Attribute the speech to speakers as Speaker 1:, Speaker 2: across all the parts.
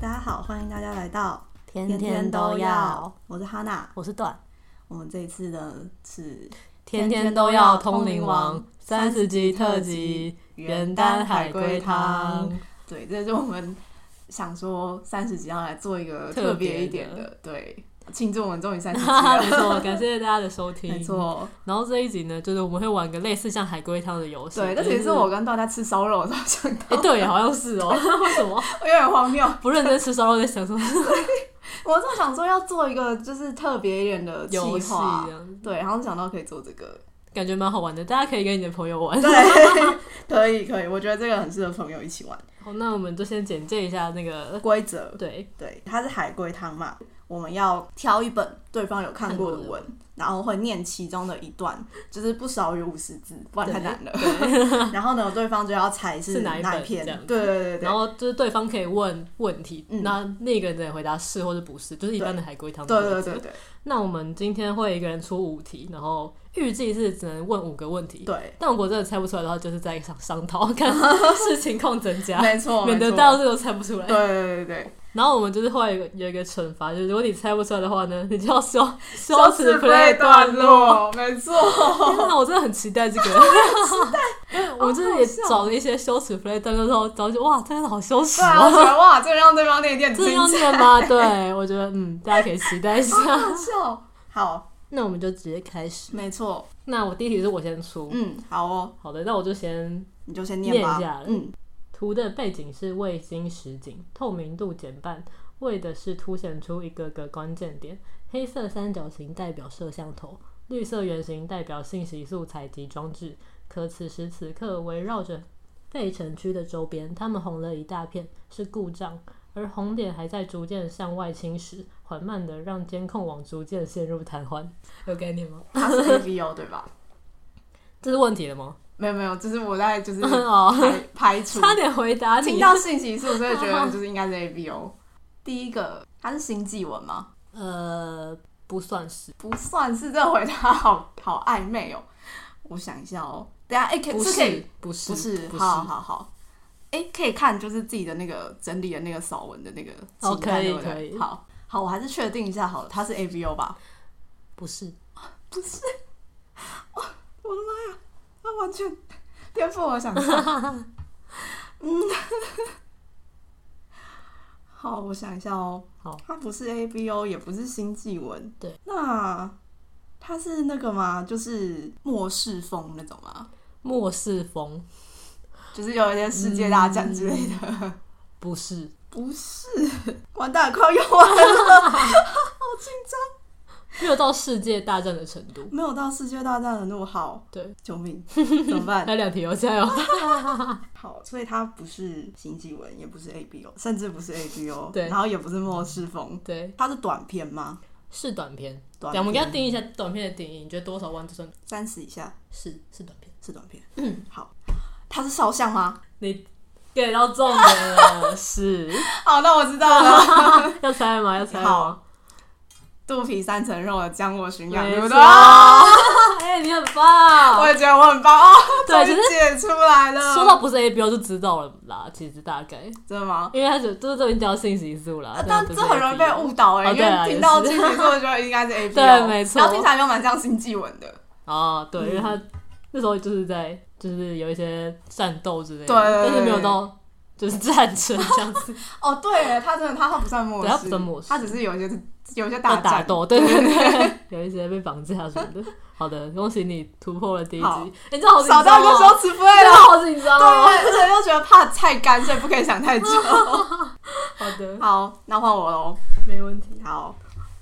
Speaker 1: 大家好，欢迎大家来到
Speaker 2: 天天都要。，
Speaker 1: 我是哈娜，
Speaker 2: 我是段，
Speaker 1: 我们这一次呢是
Speaker 2: 天天都要通灵王三十集特辑元旦海龟汤。
Speaker 1: 对，这是我们想说三十集要来做一个特
Speaker 2: 特别的
Speaker 1: 别一点的，对，庆祝我们终于三十集
Speaker 2: 哈哈， 没
Speaker 1: 了。
Speaker 2: 错，感谢大家的收听。
Speaker 1: 没，错，
Speaker 2: 然后这一集呢，就是我们会玩个类似像海龟汤的游戏。
Speaker 1: 对，
Speaker 2: 就
Speaker 1: 但其实我，跟大家吃烧肉的时候想到，
Speaker 2: 哎，对，好像是哦。 为什么
Speaker 1: 我有点荒谬。
Speaker 2: 不认真吃烧肉在想什么
Speaker 1: 我就想说要做一个就是特别一点的计
Speaker 2: 游戏？
Speaker 1: 划
Speaker 2: 这，样
Speaker 1: 对，然后想到可以做这 个，
Speaker 2: 感觉蛮好玩的，大家可以跟你的朋友 玩。
Speaker 1: 对，可以可以，我觉得这个很适合朋友一起玩。
Speaker 2: 好，那我们就先简介一下那个，
Speaker 1: 规则
Speaker 2: 对，
Speaker 1: 对，它是海龟汤嘛，我们要挑一本对方有看过的
Speaker 2: 看过
Speaker 1: 文，然后会念其中的一段，就是不少于五十字，不然太难了。 然后呢，对方就要猜
Speaker 2: 是哪
Speaker 1: 哪
Speaker 2: 一本
Speaker 1: 篇
Speaker 2: 这样子，
Speaker 1: 对对对对
Speaker 2: 然后就是对方可以问问题，
Speaker 1: 嗯
Speaker 2: 那那个人也回答是或者不是，就是一般的海龟汤的
Speaker 1: 对
Speaker 2: 规
Speaker 1: 对
Speaker 2: 则
Speaker 1: 对对
Speaker 2: 那我们今天会一个人出五题，然后预计是只能问五个问题。
Speaker 1: 对，
Speaker 2: 但如果真的猜不出来的话，就是在商商讨，看 是情况增加，
Speaker 1: 没错，
Speaker 2: 啊免得
Speaker 1: 没错
Speaker 2: 到最哎后猜不出来
Speaker 1: 对。对对对，
Speaker 2: 然后我们就是会有一个有一个惩罚，就是如果你猜不出来的话呢，你就要说
Speaker 1: 羞
Speaker 2: 羞
Speaker 1: 耻
Speaker 2: 耻
Speaker 1: play 段
Speaker 2: play 段落。
Speaker 1: 落，没错，
Speaker 2: 天哪，我真的很期待这个。 我就是
Speaker 1: 哦
Speaker 2: 也找了一些羞耻 play 段落之后，然后就哇，真的好羞耻
Speaker 1: 对啊，我
Speaker 2: 哦。
Speaker 1: 觉得哇，这个让对方念一念，
Speaker 2: 真的要
Speaker 1: 真
Speaker 2: 念吗？对，我觉得嗯，大家可以期待一下。
Speaker 1: 好笑。好，
Speaker 2: 那我们就直接开始。
Speaker 1: 没错，
Speaker 2: 那我第一题是我先出，
Speaker 1: 嗯，好哦，
Speaker 2: 好的，那我就先
Speaker 1: 你就先
Speaker 2: 念
Speaker 1: 吧
Speaker 2: 一下，
Speaker 1: 嗯，
Speaker 2: 图的背景是卫星实景，透明度减半，为的是凸显出一个个关键点。黑色三角形代表摄像头，绿色圆形代表信息素采集装置。可此时此刻，围绕着费城区的周边，它们红了一大片，是故障。而红点还在逐渐向外侵蚀，缓慢的让监控网逐渐陷入瘫痪。有概念吗？
Speaker 1: 它是 A V O 对吧？
Speaker 2: 这是问题了吗？
Speaker 1: 没有没有，就是我在就是
Speaker 2: 哦，
Speaker 1: 排排除
Speaker 2: 差点回答你。
Speaker 1: 听到信息素，所以觉 得就是应该是 A B O。第一个，它是星际文吗？
Speaker 2: 呃，不算是。
Speaker 1: 不算是，这回答好好暧昧哦。我想一下哦，等一下哎，可以
Speaker 2: 不
Speaker 1: 这可以
Speaker 2: 是，不是，
Speaker 1: 不是，
Speaker 2: 不是，
Speaker 1: 好好好。哎，可以看就是自己的那个整理的那个扫文的那个
Speaker 2: 哦
Speaker 1: 清单
Speaker 2: 可以
Speaker 1: 对不对
Speaker 2: 可以
Speaker 1: 好好，我还是确定一下好了，它是 A B O 吧？
Speaker 2: 不是，
Speaker 1: 哦它完全颠覆我想象。嗯， 好，我想一下哦。
Speaker 2: 好，
Speaker 1: 它不是 A B O，也不是星际文。
Speaker 2: 对，
Speaker 1: 那它是那个吗？就是末世风那种吗？
Speaker 2: 末世风，
Speaker 1: 就是有一些世界大战之类
Speaker 2: 嗯
Speaker 1: 的？
Speaker 2: 不是，
Speaker 1: 不是，完蛋，快要用完了，
Speaker 2: 没有到世界大战的程度。
Speaker 1: 没有到世界大战的怒号，
Speaker 2: 对，
Speaker 1: 救 命，怎么办
Speaker 2: 还？有两题哦，加油！
Speaker 1: 好，所以它不是星际文，也不是 A B O，甚至不是 A B O，
Speaker 2: 对
Speaker 1: 然后也不是末世风，
Speaker 2: 对，
Speaker 1: 它是短片吗？
Speaker 2: 是短片。
Speaker 1: 短
Speaker 2: 对，我们给它
Speaker 1: 片
Speaker 2: 定义一下短片的定义，你觉得多少万就算
Speaker 1: 三十以下
Speaker 2: 是是短片？
Speaker 1: 是短片。嗯，好，它是肖像吗？
Speaker 2: 你 get 到重点 了，是
Speaker 1: 好，那我知道了。
Speaker 2: 要猜吗？要猜吗
Speaker 1: 好？ 肚皮三层肉的将我驯养，对不
Speaker 2: 没
Speaker 1: 对
Speaker 2: 错？ 哎，你很
Speaker 1: 我
Speaker 2: 棒。
Speaker 1: 也觉得我很棒哦，
Speaker 2: 对
Speaker 1: 终于
Speaker 2: 其实
Speaker 1: 解出来了。
Speaker 2: 说到不是 A B O 就知道了啦，其实大概，
Speaker 1: 真的吗？
Speaker 2: 因为它就就是这已经叫信息素啦
Speaker 1: 啊，但
Speaker 2: 不
Speaker 1: 这
Speaker 2: 是
Speaker 1: 很容易被
Speaker 2: ABO
Speaker 1: 误导哎、
Speaker 2: 哦
Speaker 1: 因
Speaker 2: 对啊
Speaker 1: 为听到
Speaker 2: 也
Speaker 1: 金
Speaker 2: 是
Speaker 1: 牛座就应 该是 A B
Speaker 2: 对没错
Speaker 1: 然后听起来就蛮像星际文的，
Speaker 2: 哦，对，
Speaker 1: 嗯
Speaker 2: 因为他那时候就是在就是有一些战斗之类的，
Speaker 1: 对对对
Speaker 2: 但是没有到就是战争这样 子，
Speaker 1: 哦，对，他真的他他不算末世，
Speaker 2: 对他不算末世
Speaker 1: 他只是有一些有一些
Speaker 2: 要
Speaker 1: 大
Speaker 2: 打
Speaker 1: 战，
Speaker 2: 斗，对对对， 有一些被绑架什么的。好的，恭喜你突破了第一集，
Speaker 1: 好
Speaker 2: 欸你知道好紧
Speaker 1: 少
Speaker 2: 张
Speaker 1: 到一个
Speaker 2: 哦，
Speaker 1: 羞耻
Speaker 2: 你
Speaker 1: 费
Speaker 2: 知
Speaker 1: 了。
Speaker 2: 道好紧张
Speaker 1: 对，
Speaker 2: 哦。
Speaker 1: 而且又觉得怕太干，所以不可以想太 久。
Speaker 2: 好的，
Speaker 1: 好，那换我喽。
Speaker 2: 没问题，
Speaker 1: 好，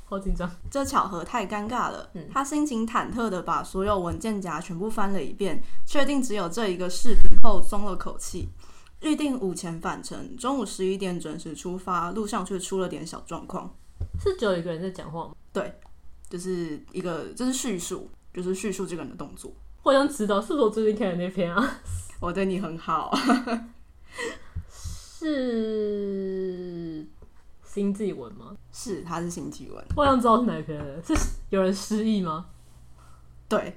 Speaker 2: 好紧张。
Speaker 1: 这巧合太尴尬了。
Speaker 2: 嗯
Speaker 1: 他心情忐忑的把所有文件夹全部翻了一遍，确定只有这一个视频后，松了口气。预定午前返程，中午十一点准时出发，路上却出了点小状况。
Speaker 2: 是只有一个人在讲话吗？
Speaker 1: 就是一个，这是叙述，就是叙述这个人的动作。
Speaker 2: 我想知道是不是我最近看的那篇啊？
Speaker 1: 我对你很好，
Speaker 2: 是星际文吗？
Speaker 1: 是，他是星期文，
Speaker 2: 我想知道是哪一篇了。是有人失忆吗？
Speaker 1: 对，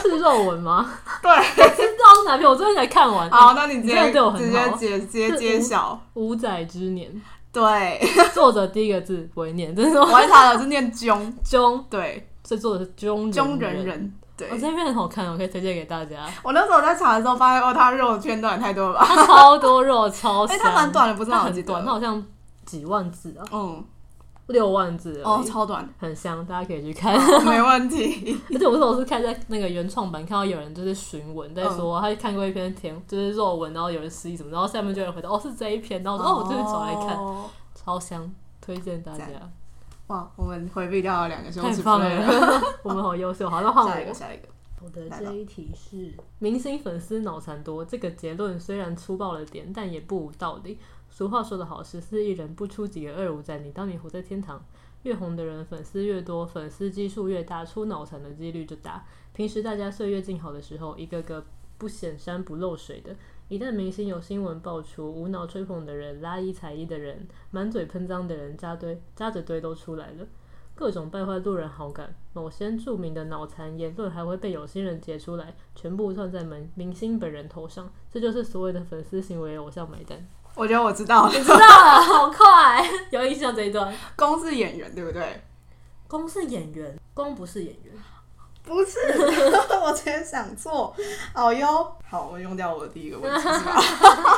Speaker 2: 是肉文吗？
Speaker 1: 对
Speaker 2: 我知道是哪篇，我最近才看完。
Speaker 1: 好，那你直
Speaker 2: 你真
Speaker 1: 接
Speaker 2: 的对我很
Speaker 1: 直
Speaker 2: 好
Speaker 1: 接揭直接
Speaker 2: 是
Speaker 1: 揭
Speaker 2: 无
Speaker 1: 晓，
Speaker 2: 五载之年，
Speaker 1: 对，
Speaker 2: 作者第一个字不会念，真是
Speaker 1: 我还查了是念囧，
Speaker 2: 中，
Speaker 1: 对，
Speaker 2: 这作者是中
Speaker 1: 囧
Speaker 2: 人
Speaker 1: 人人，对
Speaker 2: 我、哦、。这篇很好看，我可以推荐给大 家。
Speaker 1: 我那时候在查的时候，发现哦，他肉圈段也太多了吧？
Speaker 2: 它超多肉，超
Speaker 1: 哎、
Speaker 2: 香。
Speaker 1: 它蛮短的，不是
Speaker 2: 它
Speaker 1: 吗
Speaker 2: 很短，它，好像几万字啊，
Speaker 1: 嗯，
Speaker 2: 六万字而
Speaker 1: 哦，
Speaker 2: 已
Speaker 1: 超哦短，
Speaker 2: 很香，大家可以去 看。
Speaker 1: 没问 题。
Speaker 2: 而且我那时候是看在那个原创版，看到有人就是询问，在
Speaker 1: 嗯
Speaker 2: 说、他看过一篇甜，就是肉文，然后有人失忆什么，然后下面就有人回答哦是这一篇，然后我说哦我就是找来看，
Speaker 1: 哦
Speaker 2: 超香，推荐大家，
Speaker 1: 哇，我们回避掉了两个羞耻
Speaker 2: 太
Speaker 1: 之
Speaker 2: 棒
Speaker 1: 类的。
Speaker 2: 了， 我们好优秀，好，那换
Speaker 1: 下一
Speaker 2: 我
Speaker 1: 个，。下一个，
Speaker 2: 我的
Speaker 1: 来吧
Speaker 2: 这一题是明星粉丝脑残多，这个结论虽然粗暴了点，但也不无道理。俗话说得好，十四亿人不出几个二五仔，你当你活在天堂。越红的人粉丝越多，粉丝基数越大，出脑残的几率就大。平时大家岁月静好的时候，一个个不显山不漏水的。一旦明星有新闻爆出，无脑吹捧的人、拉一踩一的人、满嘴喷脏的人，扎堆扎着堆都出来了。各种败坏路人好感，某些著名的脑残言论还会被有心人截出来，全部算在明明星本人头上，这就是所谓的粉丝行为偶像买单。
Speaker 1: 我觉得我知道了，
Speaker 2: 知道了，好快，有印象这一段。
Speaker 1: 公是演员对不对？
Speaker 2: 公是演员，公不是演员。
Speaker 1: 不是， 我直接想错。好哟，好，我用掉我的第一个问题是吧？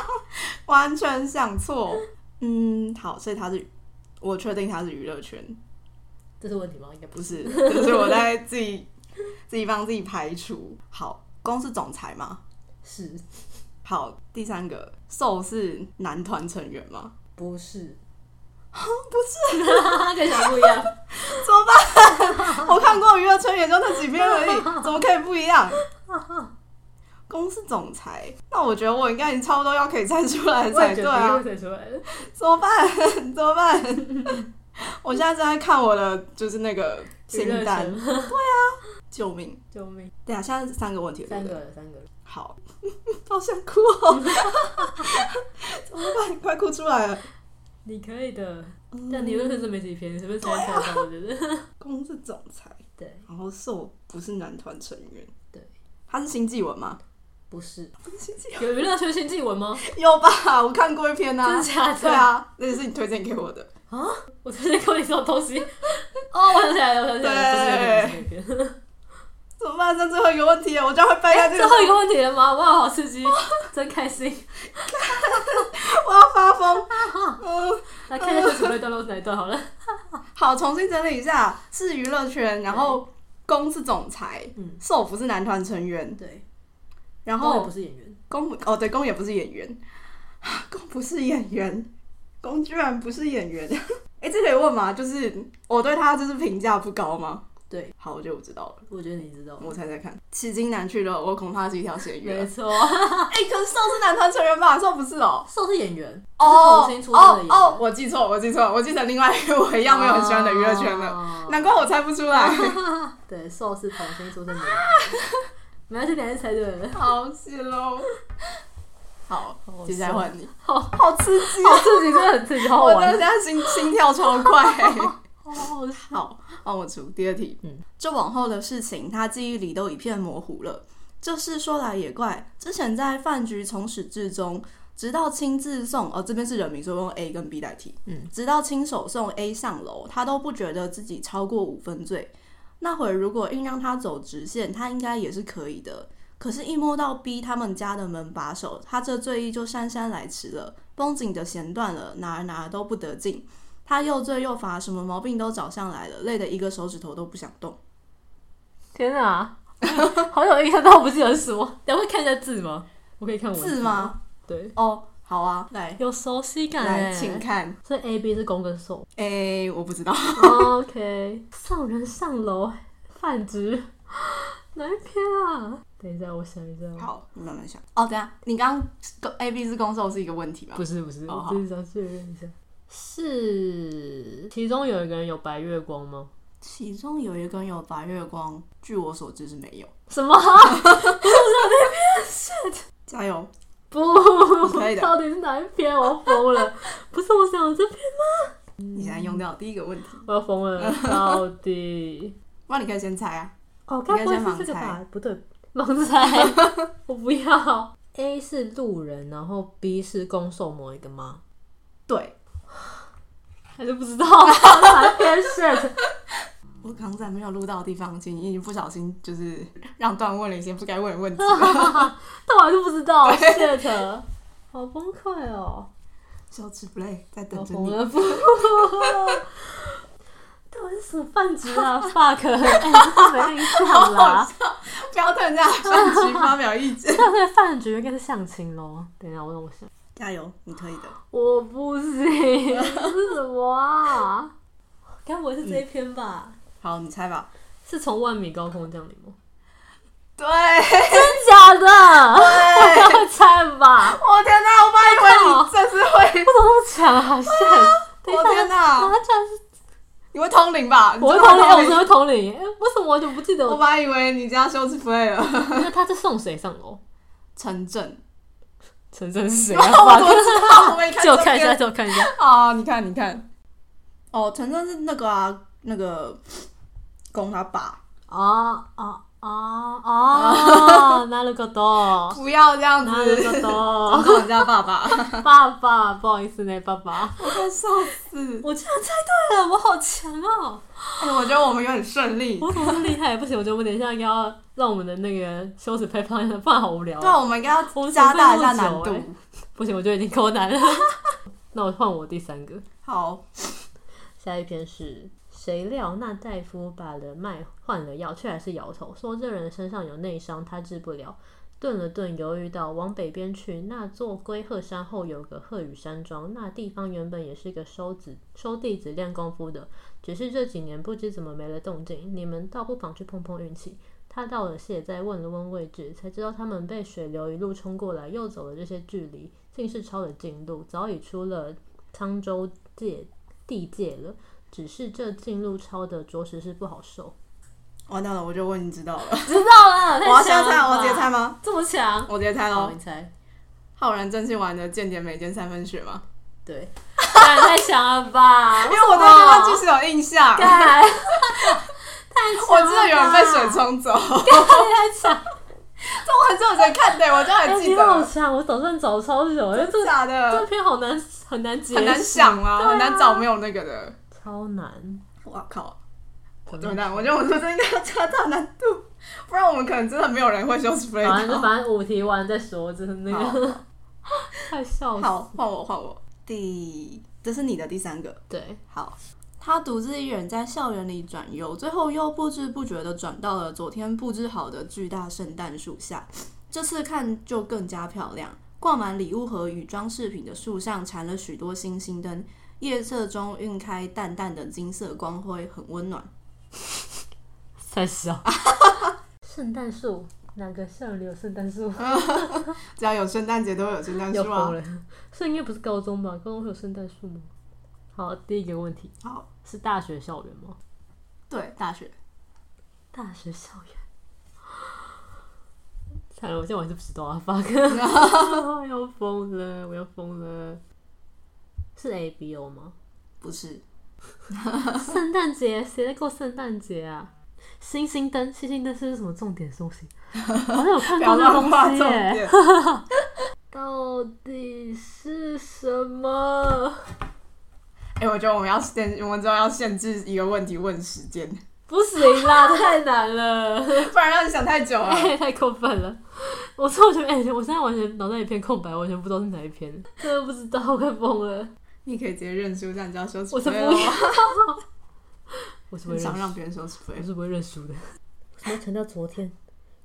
Speaker 1: 完全想错。嗯，好，所以他是，我确定他是娱乐圈，
Speaker 2: 这是问题吗？应该不
Speaker 1: 不
Speaker 2: 是。
Speaker 1: 是，就是我在自己 自己帮自己排除。好，公是总裁吗？
Speaker 2: 是，
Speaker 1: 好，第三个，寿是男团成员吗？
Speaker 2: 不是。不是，跟想不一样。
Speaker 1: 我看过娱乐圈也就那几篇而已，怎么可以不一 样？公司总裁，那我觉得我应该已经差不多要可以猜出来
Speaker 2: 我也
Speaker 1: 才
Speaker 2: 觉
Speaker 1: 对
Speaker 2: 得
Speaker 1: 啊
Speaker 2: 不，会出来了。
Speaker 1: 怎么办？怎么办？ 我现在正在看我的就是那个
Speaker 2: 娱乐
Speaker 1: 清单，
Speaker 2: 圈，
Speaker 1: 救命！
Speaker 2: 救命！
Speaker 1: 等一下，现在是三个问题了，
Speaker 2: 三
Speaker 1: 对
Speaker 2: 个
Speaker 1: 不对
Speaker 2: 了，三个了。
Speaker 1: 好， 好想哭哦， 怎么办？快哭出来了！
Speaker 2: 你可以的，但你又是这么几篇，是不是才猜到？我觉得。
Speaker 1: 公司总裁，
Speaker 2: 对，
Speaker 1: 然后寿不是男团成员，
Speaker 2: 对，
Speaker 1: 他是新纪文吗？
Speaker 2: 不是。
Speaker 1: 不是新纪文，
Speaker 2: 有娱乐圈新纪文吗？
Speaker 1: 有吧？我看过一篇啊，
Speaker 2: 真的假
Speaker 1: 对
Speaker 2: 的？
Speaker 1: 啊，那也是你推荐给我的。
Speaker 2: 我推荐过你什么东 西？哦， 我想起来了，我想起来了，不是那个，不是那个。
Speaker 1: 怎么办？这最后一个问题了，我就会背下这
Speaker 2: 最
Speaker 1: 个，
Speaker 2: 后一哎个问题了吗？哇，好刺激，真开心！
Speaker 1: 我要发疯。嗯，
Speaker 2: 来看一下准备段落是哪一段好了。
Speaker 1: 好，重新整理一下，是娱乐圈，然后公是总裁，
Speaker 2: 嗯
Speaker 1: 寿不是男团成员，
Speaker 2: 对，
Speaker 1: 然
Speaker 2: 然后
Speaker 1: 后
Speaker 2: 不是演员，
Speaker 1: 公不哦对，公也不是演员， 公不是演员，公居然不是演员。 哎、这可以问吗？就是我对他就是评价不高吗？
Speaker 2: 对，
Speaker 1: 好，我觉得我知道了，
Speaker 2: 我觉得你知道吗。
Speaker 1: 我猜猜看。迄今难去了，我恐怕是一条咸鱼了
Speaker 2: 没。错，
Speaker 1: 哎、可是寿是男团成员吧？寿不是哦、
Speaker 2: 寿是演员，
Speaker 1: 哦
Speaker 2: 是童星出道的演员，
Speaker 1: 哦，我记错，我记错，我记成另外一个我一样没有很喜欢的娱乐圈了，
Speaker 2: 了
Speaker 1: 难怪我猜不出来，
Speaker 2: 哦 对，寿是童星出身的演员。没关系，你还是猜对了。
Speaker 1: 好谢喽。好
Speaker 2: 好，
Speaker 1: 接下来换你，
Speaker 2: 好
Speaker 1: 好刺激
Speaker 2: 好
Speaker 1: 哦！
Speaker 2: 刺激，真的很刺激，好好
Speaker 1: 我真的
Speaker 2: 玩
Speaker 1: 现。在心心跳超快、
Speaker 2: 好好
Speaker 1: 好，帮我出第二题。
Speaker 2: 嗯，
Speaker 1: 这往后的事情，他记忆里都一片模糊了。这事说来也怪，之前在饭局从始至终，直到亲自送哦，这边是人名，所以我用 A 跟 B 代替。
Speaker 2: 嗯，
Speaker 1: 直到亲手送 A 上楼，他都不觉得自己超过五分醉。那会儿如果硬让他走直线，他应该也是可以的。可是，一摸到 B 他们家的门把手，他这醉意就姗姗来迟了。绷紧的弦断了，哪儿哪儿都不得劲。他又醉又乏，什么毛病都找上来了，累得一个手指头都不想动。
Speaker 2: 天啊， 好有印象，但我不记得是什么。等一下会看一下字吗？我可以看文
Speaker 1: 字？吗？
Speaker 2: 对，
Speaker 1: 哦，好啊，来
Speaker 2: 有熟悉感
Speaker 1: 来，
Speaker 2: 哎。
Speaker 1: 请看。
Speaker 2: 所以 A B 是公跟受。
Speaker 1: 诶，我不知道，
Speaker 2: OK，送人上楼，饭局， 哪一篇啊？等一下，我想一下。
Speaker 1: 好，你慢慢想。哦，等一下，你刚刚 A B 是攻受是一个问题吗？
Speaker 2: 不是不是，
Speaker 1: 哦
Speaker 2: 我
Speaker 1: 好
Speaker 2: 只是想确认一下。是其中有一个人有白月光吗？
Speaker 1: 其中有一个人有白月光，据我所知是没有。
Speaker 2: 什么？
Speaker 1: 加油！
Speaker 2: 不
Speaker 1: 可以， 的
Speaker 2: 到底是哪一篇？我要疯了！不是我想这篇，
Speaker 1: 你现在用掉第一个问题，
Speaker 2: 我要 疯了，到底？
Speaker 1: 那你可以先猜啊。
Speaker 2: 哦，
Speaker 1: 该
Speaker 2: 该
Speaker 1: 不
Speaker 2: 不
Speaker 1: 会
Speaker 2: 会
Speaker 1: 是这
Speaker 2: 是这
Speaker 1: 个
Speaker 2: 个
Speaker 1: 吧
Speaker 2: 吧？不 对，盲猜，我不要。A 是路人，然后 B 是攻受某一个吗？
Speaker 1: 对，
Speaker 2: 还是不知道，还偏 shit。
Speaker 1: 我刚在没有录到的地方，请你不小心就是让段问了一些不该问的问题。
Speaker 2: 但我还是不知道 shit，好 崩溃哦。
Speaker 1: 小指 play 在等
Speaker 2: 我
Speaker 1: 着
Speaker 2: 红
Speaker 1: 你。
Speaker 2: 了不？到底是什么饭局啊？fuck！哎，没印象啦。
Speaker 1: 不要对人家的饭局发表意见。
Speaker 2: 那对饭局应该是相亲喽。等一下，我让我想，
Speaker 1: 加油，你可以的。
Speaker 2: 我不行，是什么啊？ 该不会是这一篇吧？
Speaker 1: 好，你猜吧。
Speaker 2: 是从万米高空降临吗？
Speaker 1: 对，
Speaker 2: 真假的？
Speaker 1: 对，
Speaker 2: 要猜吧？
Speaker 1: 我天哪，我本
Speaker 2: 我
Speaker 1: 来以为你这是
Speaker 2: 我怎么那么强啊？
Speaker 1: 会，
Speaker 2: shit！
Speaker 1: 我天
Speaker 2: 啊，
Speaker 1: 哪，
Speaker 2: 他居然是
Speaker 1: 你会通灵吧？你
Speaker 2: 我会
Speaker 1: 真的
Speaker 2: 同理，我
Speaker 1: 会
Speaker 2: 真的会同理。哎为什么我就不记得
Speaker 1: 我
Speaker 2: 我？
Speaker 1: 本来以为你家羞耻 play 了。
Speaker 2: 那他在送谁上楼？
Speaker 1: 陈震，
Speaker 2: 陈真是谁
Speaker 1: 我
Speaker 2: 啊？
Speaker 1: 怎
Speaker 2: fuck
Speaker 1: 么知 道？我也看
Speaker 2: 借我
Speaker 1: 这
Speaker 2: 看一下，
Speaker 1: 边
Speaker 2: 借我看一 下。
Speaker 1: 啊，你看，你看。哦，陈震是那个啊，那个攻他爸。
Speaker 2: 哦哦哦 哦，なるほ ど，
Speaker 1: 不要这样
Speaker 2: なる
Speaker 1: 子，我
Speaker 2: ほ
Speaker 1: 攻人家爸爸，
Speaker 2: ど。爸爸，不好意思呢，爸爸，
Speaker 1: 我快笑死。
Speaker 2: 我居然猜对了，我好强哦！
Speaker 1: 哎，我觉得我们有点顺利。
Speaker 2: 我怎么这么厉害？不行，我觉得我们等一下应该要让我们的那个羞耻配放下，不然好无聊
Speaker 1: 对啊，
Speaker 2: 哦。
Speaker 1: 我们应该要
Speaker 2: 我们
Speaker 1: 加大一下难
Speaker 2: 准备那么
Speaker 1: 度。
Speaker 2: 久欸不行，我觉得已经够难了。 那我换我第三个，
Speaker 1: 好，
Speaker 2: 下一篇是谁料那大夫把人脉换了药，却还是摇头说这人身上有内伤，他治不了。顿了顿，犹豫到往北边去。那座龟鹤山后有个鹤羽山庄，那地方原本也是个收子收弟子练功夫的，只是这几年不知怎么没了动静。你们倒不妨去碰碰运气。他到了谢再问了问位置，才知道他们被水流一路冲过来，又走了这些距离，竟是抄了近路，早已出了沧州界地界了。只是这近路抄的着实是不好受。
Speaker 1: 完蛋了，我就问 你知道了。
Speaker 2: 知道 了，
Speaker 1: 我要现在猜，我直接猜吗？
Speaker 2: 这么强。
Speaker 1: 我直接猜
Speaker 2: 好，
Speaker 1: 喽
Speaker 2: 你。猜。
Speaker 1: 浩然真心玩的间谍每间三分血吗？
Speaker 2: 对，干太强了吧？
Speaker 1: 因为我
Speaker 2: 为
Speaker 1: 对这段剧是有印象，
Speaker 2: 干，太强了吧！
Speaker 1: 我记得有人被水冲走， 这
Speaker 2: 太强，
Speaker 1: 我很久以前看的，我就
Speaker 2: 哎，
Speaker 1: 很记
Speaker 2: 你好
Speaker 1: 得。
Speaker 2: 强！我早上找超久，因为这
Speaker 1: 真假
Speaker 2: 这
Speaker 1: 的
Speaker 2: 篇好难，很难解，
Speaker 1: 很难，想啊，
Speaker 2: 对啊
Speaker 1: 很难找没有那个的。
Speaker 2: 超难。
Speaker 1: 啊哇靠！
Speaker 2: 怎
Speaker 1: 怎
Speaker 2: 么
Speaker 1: 么
Speaker 2: 样
Speaker 1: 办？啊我觉得我们真的应该要加大难度，不然我们可能真的没有人会修 spray
Speaker 2: 反正
Speaker 1: 到。
Speaker 2: 反正五题完再说，就是那个快 笑死。
Speaker 1: 好，换我换我。第，这是你的第三个。
Speaker 2: 对，
Speaker 1: 好，他独自一人在校园里转悠，最后又不知不觉地转到了昨天布置好的巨大圣诞树下。这次看就更加漂亮，挂满礼物盒与装饰品的树上缠了许多星星灯，夜色中晕开淡淡的金色光辉，很温暖。
Speaker 2: 在笑。 圣诞树，哪个校园有圣诞树？
Speaker 1: 只要有圣诞节，都会有圣诞
Speaker 2: 要
Speaker 1: 树啊
Speaker 2: 疯！了！ 是应该不是高中吧？高中会有圣诞树吗？好，第一个问题
Speaker 1: 好，
Speaker 2: 是大学校园吗？
Speaker 1: 对，大学
Speaker 2: 大学校园。惨了，我现在我还是不知道啊，fuck！要疯了，我要疯了。是 A B O 吗？
Speaker 1: 不是
Speaker 2: 圣诞节，谁在过圣诞节啊？星星灯，星星灯是什么重点东西？好像有看
Speaker 1: 不
Speaker 2: 过
Speaker 1: 要
Speaker 2: 这个
Speaker 1: 乱画
Speaker 2: 东
Speaker 1: 重
Speaker 2: 西耶、
Speaker 1: 点。
Speaker 2: 到底是什么？
Speaker 1: 哎、我觉得我们要限，我们之后要限制一个问题问时间，
Speaker 2: 不行啦，这太难了。
Speaker 1: 不然让你想太久了。
Speaker 2: 哎、 太过分了！我完全哎、我现在完全脑袋一片空白，完全不知道是哪一篇，真的不知道，我快疯 了！
Speaker 1: 你可以直接认输，这样你就要羞耻。
Speaker 2: 我才不要！我是不
Speaker 1: 哦很
Speaker 2: 会认
Speaker 1: 想
Speaker 2: 输，
Speaker 1: 让别人羞耻
Speaker 2: 我
Speaker 1: 背，
Speaker 2: 是不会认输的。什么强调昨天？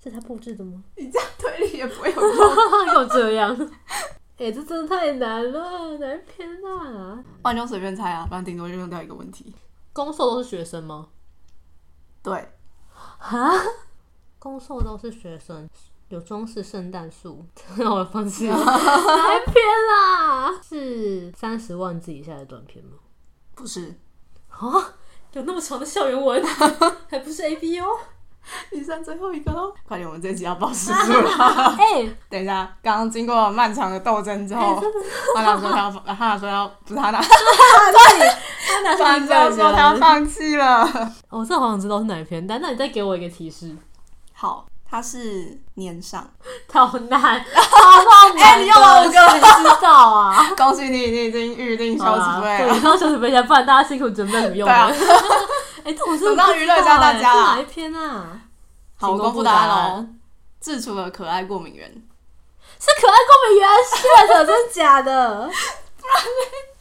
Speaker 2: 是他布置的吗？
Speaker 1: 你这样推理也不会有用。
Speaker 2: 又这样？ 哎、这真的太难了，哪一篇啊？
Speaker 1: 换就随便猜啊，反正顶多就用掉一个问题。
Speaker 2: 攻受都是学生吗？
Speaker 1: 对，
Speaker 2: 啊？攻受都是学生，有装饰圣诞树， 让我放弃了。哪一篇啊？是三十万字以下的短篇吗？
Speaker 1: 不是，
Speaker 2: 啊，有那么长的校园 文，还不是 A B O？
Speaker 1: 你剩最后一个喽。快点，我们这集要报 时数了。
Speaker 2: 哎哎，
Speaker 1: 等一下，刚刚经过漫长哎的斗争之后，
Speaker 2: 真的，
Speaker 1: 哈娜说她要，哈娜说要，不是哈娜，
Speaker 2: 他拿
Speaker 1: 反
Speaker 2: 出
Speaker 1: 正说她要
Speaker 2: 来。
Speaker 1: 放弃了。
Speaker 2: 哦我真的好想知道是哪一篇，但那你再给我一个提示。
Speaker 1: 好，它是年上，
Speaker 2: 好难，好好难的，
Speaker 1: 哎你用了五个
Speaker 2: 谁知道啊？
Speaker 1: 恭喜你，你已经预定消息费
Speaker 2: 对，
Speaker 1: 了。
Speaker 2: 刚休息费一下，不然大家辛苦准备怎么用
Speaker 1: 啊对啊
Speaker 2: 了？ 哎，这我是
Speaker 1: 等到娱乐一下大家
Speaker 2: 是
Speaker 1: 啦
Speaker 2: 哪一篇啊？
Speaker 1: 好，我
Speaker 2: 请
Speaker 1: 公布
Speaker 2: 布
Speaker 1: 答案
Speaker 2: 案
Speaker 1: 喽。制除了可爱过敏源，
Speaker 2: 是可爱过敏原是的， 真假的？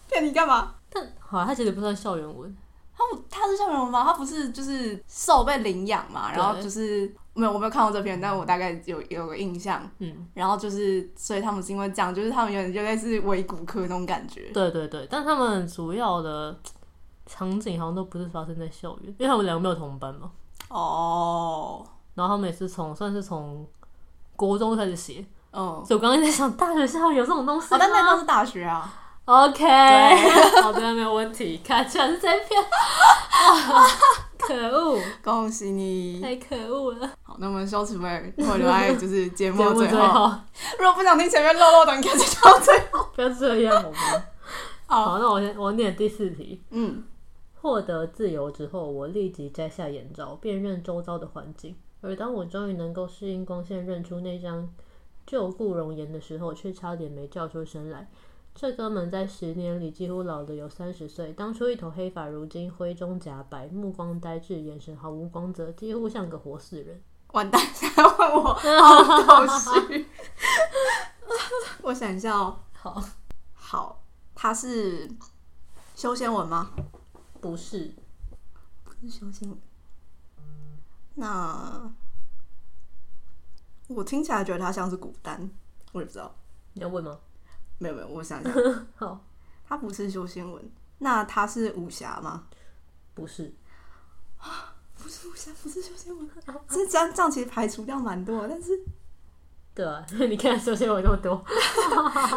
Speaker 1: 骗你干嘛？
Speaker 2: 但好啊，它其实不算校园文，
Speaker 1: 他他是校园文吗？他不是就是兽被领养嘛，然后
Speaker 2: 对
Speaker 1: 就是没有我没有看过这篇，但我大概有有个印象。
Speaker 2: 嗯，
Speaker 1: 然后就是，所以他们是因为这样，就是他们有点就类似伪骨科那种感觉。
Speaker 2: 对对对，但他们主要的场景好像都不是发生在校园，因为他们两个没有同班嘛，
Speaker 1: 哦，
Speaker 2: 然后他们也是从算是从国中开始写，
Speaker 1: 嗯，
Speaker 2: 所以我刚刚在想，大学校园有这种东西
Speaker 1: 哦，但那
Speaker 2: 吗
Speaker 1: 都是大学啊。
Speaker 2: ？OK，好的，没有问题。 看，居然是这一篇，可恶，
Speaker 1: 恭喜你！
Speaker 2: 太可恶了！
Speaker 1: 好，那我们羞耻费会留在就是节
Speaker 2: 节
Speaker 1: 目
Speaker 2: 目
Speaker 1: 最
Speaker 2: 最
Speaker 1: 后。
Speaker 2: 后，
Speaker 1: 如果不想听前面漏漏的，你可以去到最后。
Speaker 2: 不要这样好吗？
Speaker 1: 好
Speaker 2: 好，那我先我念第四题。
Speaker 1: 嗯，
Speaker 2: 获得自由之后，我立即摘下眼罩，辨认周遭的环境。而当我终于能够适应光线，认出那张旧故容颜的时候，却差点没叫出声来。这哥们在十年里几乎老了有三十岁，当初一头黑发，如今灰中夹白，目光呆滞，眼神毫无光泽，几乎像个活死人。
Speaker 1: 完蛋，现在问我，好头绪。我想一下哦，
Speaker 2: 好，
Speaker 1: 好，它是修仙文吗？
Speaker 2: 不是，
Speaker 1: 不是修仙文。那我听起来觉得它像是古丹，我也不知道。
Speaker 2: 你要问吗？
Speaker 1: 没有没有，我想想，
Speaker 2: 好，
Speaker 1: 它不是修仙文，那它是武侠吗？
Speaker 2: 不是，
Speaker 1: 不是武侠，不是修仙文，这这样这样其实排除掉蛮多的，但是
Speaker 2: 对啊， 你看首先我那么多，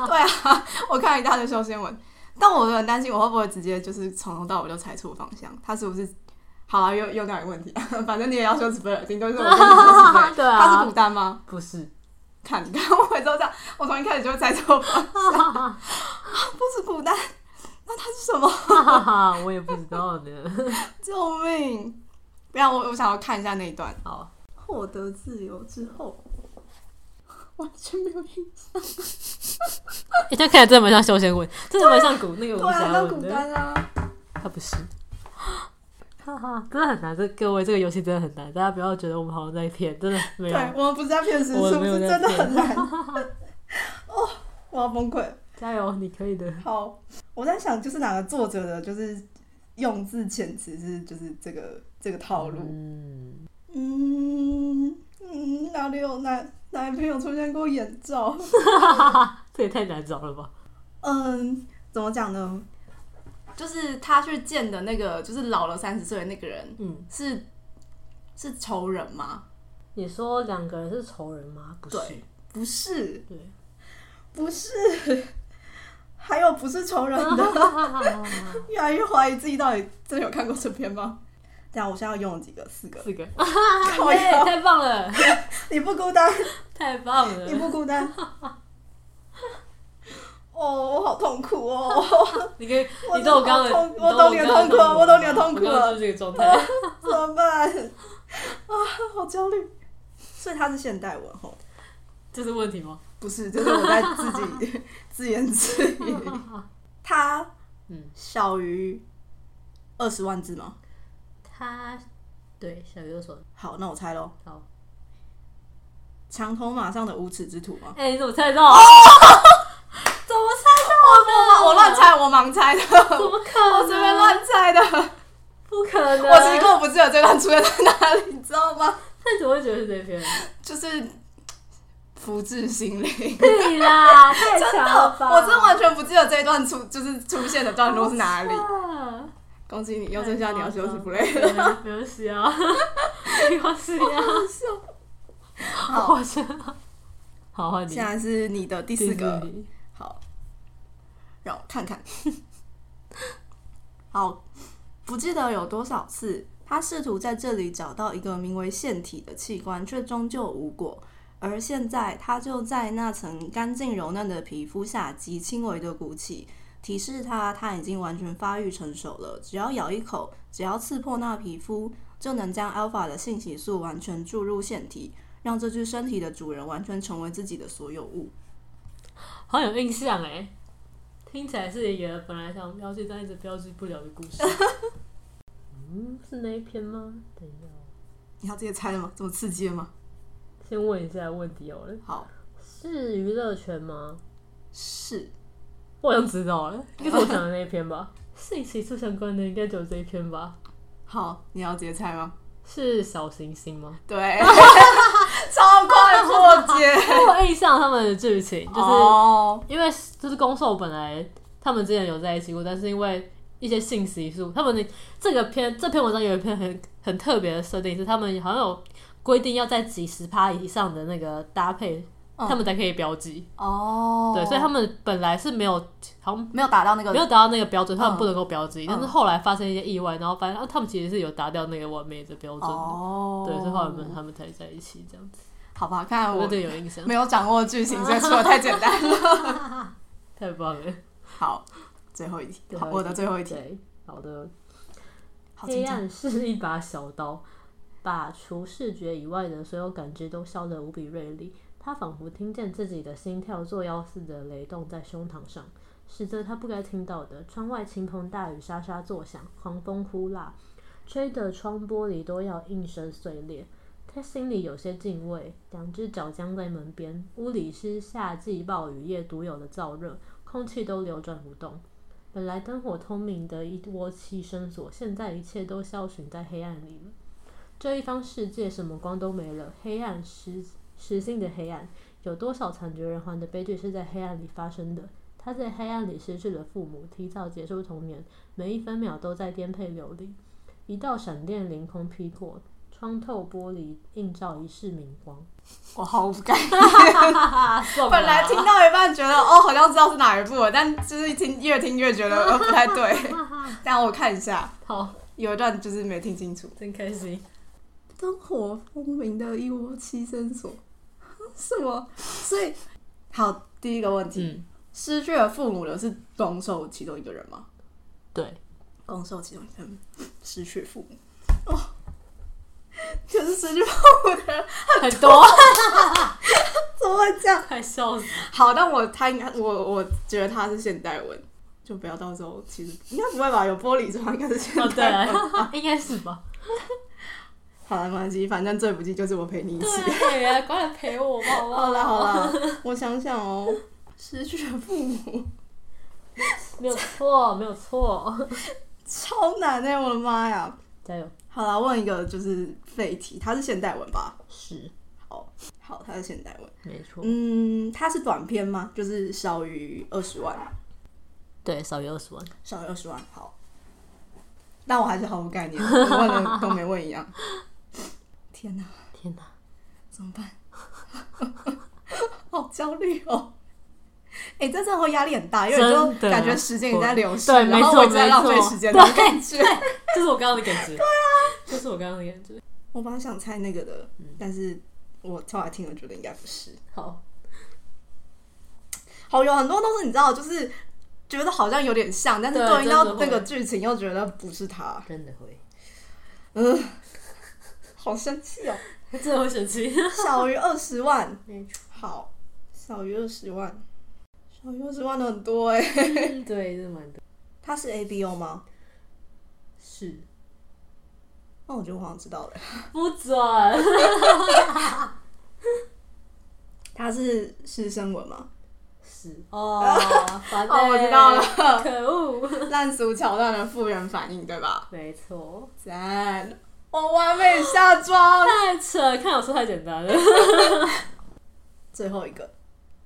Speaker 1: 对啊， 我看了一大堆修仙文，但我很担心我会不会直接就是从头到尾都猜错方向，他是不是？好啊，又又哪有问题？ 反正你也要修辞贝尔，顶多是我跟你修 辞贝尔
Speaker 2: 。对啊
Speaker 1: 他是古丹吗？
Speaker 2: 不是，
Speaker 1: 看，你看我每次都这样，我从一开始就会猜错方向。 啊不是古丹，那他是什么？
Speaker 2: 哈哈哈，我也不知道呢。
Speaker 1: 救命！不要，我我想要看一下那一段。
Speaker 2: 好，
Speaker 1: 获得自由之后，完全没有印象。
Speaker 2: 欸，但看起来真的蛮像修仙文，真的蛮像古那个武
Speaker 1: 对啊，
Speaker 2: 侠
Speaker 1: 那
Speaker 2: 文
Speaker 1: 古
Speaker 2: 的，
Speaker 1: 丹啊，
Speaker 2: 他不是。哈哈，真的很难，这各位这个游戏真的很难，大家不要觉得我们好像在骗，真的没
Speaker 1: 对
Speaker 2: 有。
Speaker 1: 我们不是在骗时
Speaker 2: 我
Speaker 1: 是不
Speaker 2: 没有
Speaker 1: 是
Speaker 2: 在
Speaker 1: 真的
Speaker 2: 骗
Speaker 1: 很 难？我要崩溃。
Speaker 2: 加油，你可以的。
Speaker 1: 好，哦我在想，就是哪个作者的，就是用字遣词是就是这个这个套路。
Speaker 2: 嗯，
Speaker 1: 嗯嗯，哪里有男男朋友出现过眼罩？
Speaker 2: 这也太难找了吧？
Speaker 1: 嗯，怎么讲呢？就是他去见的那个，就是老了三十岁的那个人，
Speaker 2: 嗯，
Speaker 1: 是是仇人吗？
Speaker 2: 你说两个人是仇人吗？不是，
Speaker 1: 对不是，
Speaker 2: 对。
Speaker 1: 不是， 还有不是仇人的。 越来越怀疑自己到底真的有看过这篇吗？这样，我现在要用了几个？四个。
Speaker 2: 四个，耶、
Speaker 1: 靠腰
Speaker 2: 太棒了，
Speaker 1: 你不孤单，
Speaker 2: 太棒
Speaker 1: 你
Speaker 2: 了！
Speaker 1: 不孤 单。哦，我好痛苦 哦！
Speaker 2: 你可以，
Speaker 1: 我
Speaker 2: 你懂我刚刚的，
Speaker 1: 我
Speaker 2: 你
Speaker 1: 我懂你的痛苦了我懂你的痛苦了啊
Speaker 2: 我刚刚就是这个状态。
Speaker 1: 怎么办？ 啊，好焦虑。所以它是现代文哦，
Speaker 2: 这是问题吗？
Speaker 1: 不是，就是我在自己 自言自语。它
Speaker 2: 嗯，
Speaker 1: 小于二十万字吗？
Speaker 2: 他对小鱼就说
Speaker 1: 好，那我猜喽。
Speaker 2: 好，
Speaker 1: 墙头马上的无耻之徒吗？
Speaker 2: 哎、你怎么猜到？怎么猜到的？
Speaker 1: 我乱，猜，我盲猜的，
Speaker 2: 怎么可能？
Speaker 1: 我随便，乱猜的。我
Speaker 2: 不可能。
Speaker 1: 其实根本不记得这段出现在哪里，你知道吗？
Speaker 2: 那你怎么会觉得是这篇？
Speaker 1: 就是福至心灵。
Speaker 2: 对啦，太
Speaker 1: 真的，我真的完全不记得这一段出就是出现的段落是哪里。
Speaker 2: 里？
Speaker 1: 恭喜你，又剩下你要休息不累了。
Speaker 2: 了，没关系啊，没关系啊，
Speaker 1: 好，
Speaker 2: 我觉得好换你
Speaker 1: 现在是你的第四个。
Speaker 2: 题
Speaker 1: 好，让我看 看。好，不记得有多少次，他试图在这里找到一个名为腺体的器官，却终究无果。而现在，他就在那层干净柔嫩的皮肤下极轻微的鼓起，提示他他已经完全发育成熟了。只要咬一口，只要刺破那皮肤，就能将 alpha 的信息素完全注入腺体，让这具身体的主人完全成为自己的所有物。
Speaker 2: 好有印象哎，听起来是一个本来想标记但一直标记不了的故事。嗯，是那一篇吗？等一下哦，
Speaker 1: 你要直接猜了吗？这么刺激了吗？
Speaker 2: 先问一下问题好了，
Speaker 1: 好，
Speaker 2: 是娱乐圈吗？
Speaker 1: 是
Speaker 2: 我好像知 道了，应该是我想的那一篇吧。性习素相关的应该只有这一篇吧？
Speaker 1: 好，你要直接猜吗？
Speaker 2: 是小行星 吗？
Speaker 1: 对，超快破解。
Speaker 2: 我有印象他们的剧情，就是、
Speaker 1: 哦，
Speaker 2: 因为就是攻受本来他们之前有在一起过，但是因为一些性习俗，他们的这个篇这篇文章有一篇很很特别的设定是，他们好像有规定要在几十趴以上的那个搭配，
Speaker 1: 嗯
Speaker 2: 他们才可以标记。
Speaker 1: 哦，
Speaker 2: 对，所以他们本来是没有好像
Speaker 1: 没有达到那个
Speaker 2: 没有达到那个标准，他们
Speaker 1: 嗯
Speaker 2: 不能够标记。但是后来发生一些意外，然后发现啊，他们其实是有达到那个完美的标准的。
Speaker 1: 哦，
Speaker 2: 对，所以后来他们他们才在一起这样子。
Speaker 1: 好吧，看来
Speaker 2: 我
Speaker 1: 我
Speaker 2: 对这个有印象，
Speaker 1: 没有掌握剧 情，所以出的太简单了。
Speaker 2: 太棒了。
Speaker 1: 好，最后一题，
Speaker 2: 最
Speaker 1: 好
Speaker 2: 后一
Speaker 1: 我的
Speaker 2: 题
Speaker 1: 最后一题，
Speaker 2: 对，好的，
Speaker 1: 好
Speaker 2: 黑
Speaker 1: 紧张。
Speaker 2: 暗是一把小刀，把除视觉以外的所有感知都烧得无比锐利。他仿佛听见自己的心跳作妖似的雷动在胸膛上，实则他不该听到的。窗外倾盆大雨沙沙作响，狂风呼啦，吹得窗玻璃都要应声碎裂。他心里有些敬畏，两只脚僵在门边。屋里是夏季暴雨夜独有的燥热，空气都流转不动。本来灯火通明的一窝栖身所，现在一切都消寻在黑暗里了。这一方世界什么光都没了，黑暗实实性的黑暗，有多少惨绝人寰的悲剧是在黑暗里发生的？他在黑暗里失去了父母，提早结束童年，每一分秒都在颠沛流离。一道闪电凌空劈过，穿透玻璃，映照一世明光。
Speaker 1: 我好不敢。
Speaker 2: 爽啊
Speaker 1: 本来听到一半觉得哦，好像知道是哪一部了，但就是一听越听越觉得呃不太对。 但我看一下，
Speaker 2: 好，
Speaker 1: 有一段就是没听清楚。
Speaker 2: 真开心。
Speaker 1: 灯火通明的一窝栖身所， 什么？所以好，第一个问题，
Speaker 2: 嗯，
Speaker 1: 失去了父母的是攻受其中一个人吗？
Speaker 2: 对，
Speaker 1: 攻受其中一个人失去父母，哦，就是失去父母的人
Speaker 2: 很多，
Speaker 1: 怎么会这样？
Speaker 2: 快笑死。
Speaker 1: 好，但我他应该，我我觉得他是现代文，就不要到时候其实应该不会吧？有玻璃窗应该是现
Speaker 2: 哦，对
Speaker 1: 代文。
Speaker 2: 啊，应该是吧？
Speaker 1: 好了，没关系，反正最不济就是我陪你一起。
Speaker 2: 对啊，快来陪我吧，好不
Speaker 1: 好啦好啦，我想想哦， 失去了父母，
Speaker 2: 没有错，没有错，
Speaker 1: 超难哎、我的妈呀！
Speaker 2: 加油！
Speaker 1: 好啦，问一个就是废题，它是现代文吧？
Speaker 2: 是，
Speaker 1: 好，好，它是现代文。
Speaker 2: 没错，
Speaker 1: 嗯，它是短篇吗？就是少于二十万，
Speaker 2: 对，少于二十万，
Speaker 1: 少于二十万。好，但我还是毫无概念，跟问了都没问一样。天哪！
Speaker 2: 天哪，
Speaker 1: 怎么办？ 好焦虑哦！哎、这真的会压力很大，因为你
Speaker 2: 真
Speaker 1: 就
Speaker 2: 的
Speaker 1: 感觉时间也在流逝，
Speaker 2: 对
Speaker 1: 然
Speaker 2: 没
Speaker 1: 后
Speaker 2: 错
Speaker 1: 我也在浪费
Speaker 2: 没错
Speaker 1: 时间的
Speaker 2: 对
Speaker 1: 感觉。
Speaker 2: 这是我刚刚的感 觉，对啊，这是我刚刚的感觉。
Speaker 1: 我本来想猜那个的，
Speaker 2: 嗯
Speaker 1: 但是我后来听了觉得应该不是。
Speaker 2: 好，
Speaker 1: 好，有很多都是你知道，就是觉得好像有点像，但是
Speaker 2: 对
Speaker 1: 对应到
Speaker 2: 真
Speaker 1: 那
Speaker 2: 的会
Speaker 1: 个剧情又觉得不是他，
Speaker 2: 真的会，
Speaker 1: 嗯，好生 气哦！
Speaker 2: 真的会生气，
Speaker 1: 小于二十万，
Speaker 2: 没错，
Speaker 1: 好，小于二十万，小于二十万的很多哎、
Speaker 2: 对，是蛮多，
Speaker 1: 他是 A B O 吗？
Speaker 2: 是
Speaker 1: 那我觉得我好像知道了，欸
Speaker 2: 不准，
Speaker 1: 他是师生文 嘛，
Speaker 2: 是哦，烦 欸
Speaker 1: 哦我知道了
Speaker 2: 可恶，
Speaker 1: 烂俗桥段的复原反应对吧？
Speaker 2: 没错，
Speaker 1: 赞，我完美下妆。
Speaker 2: 太扯，看我说太简单了，
Speaker 1: 最后一个，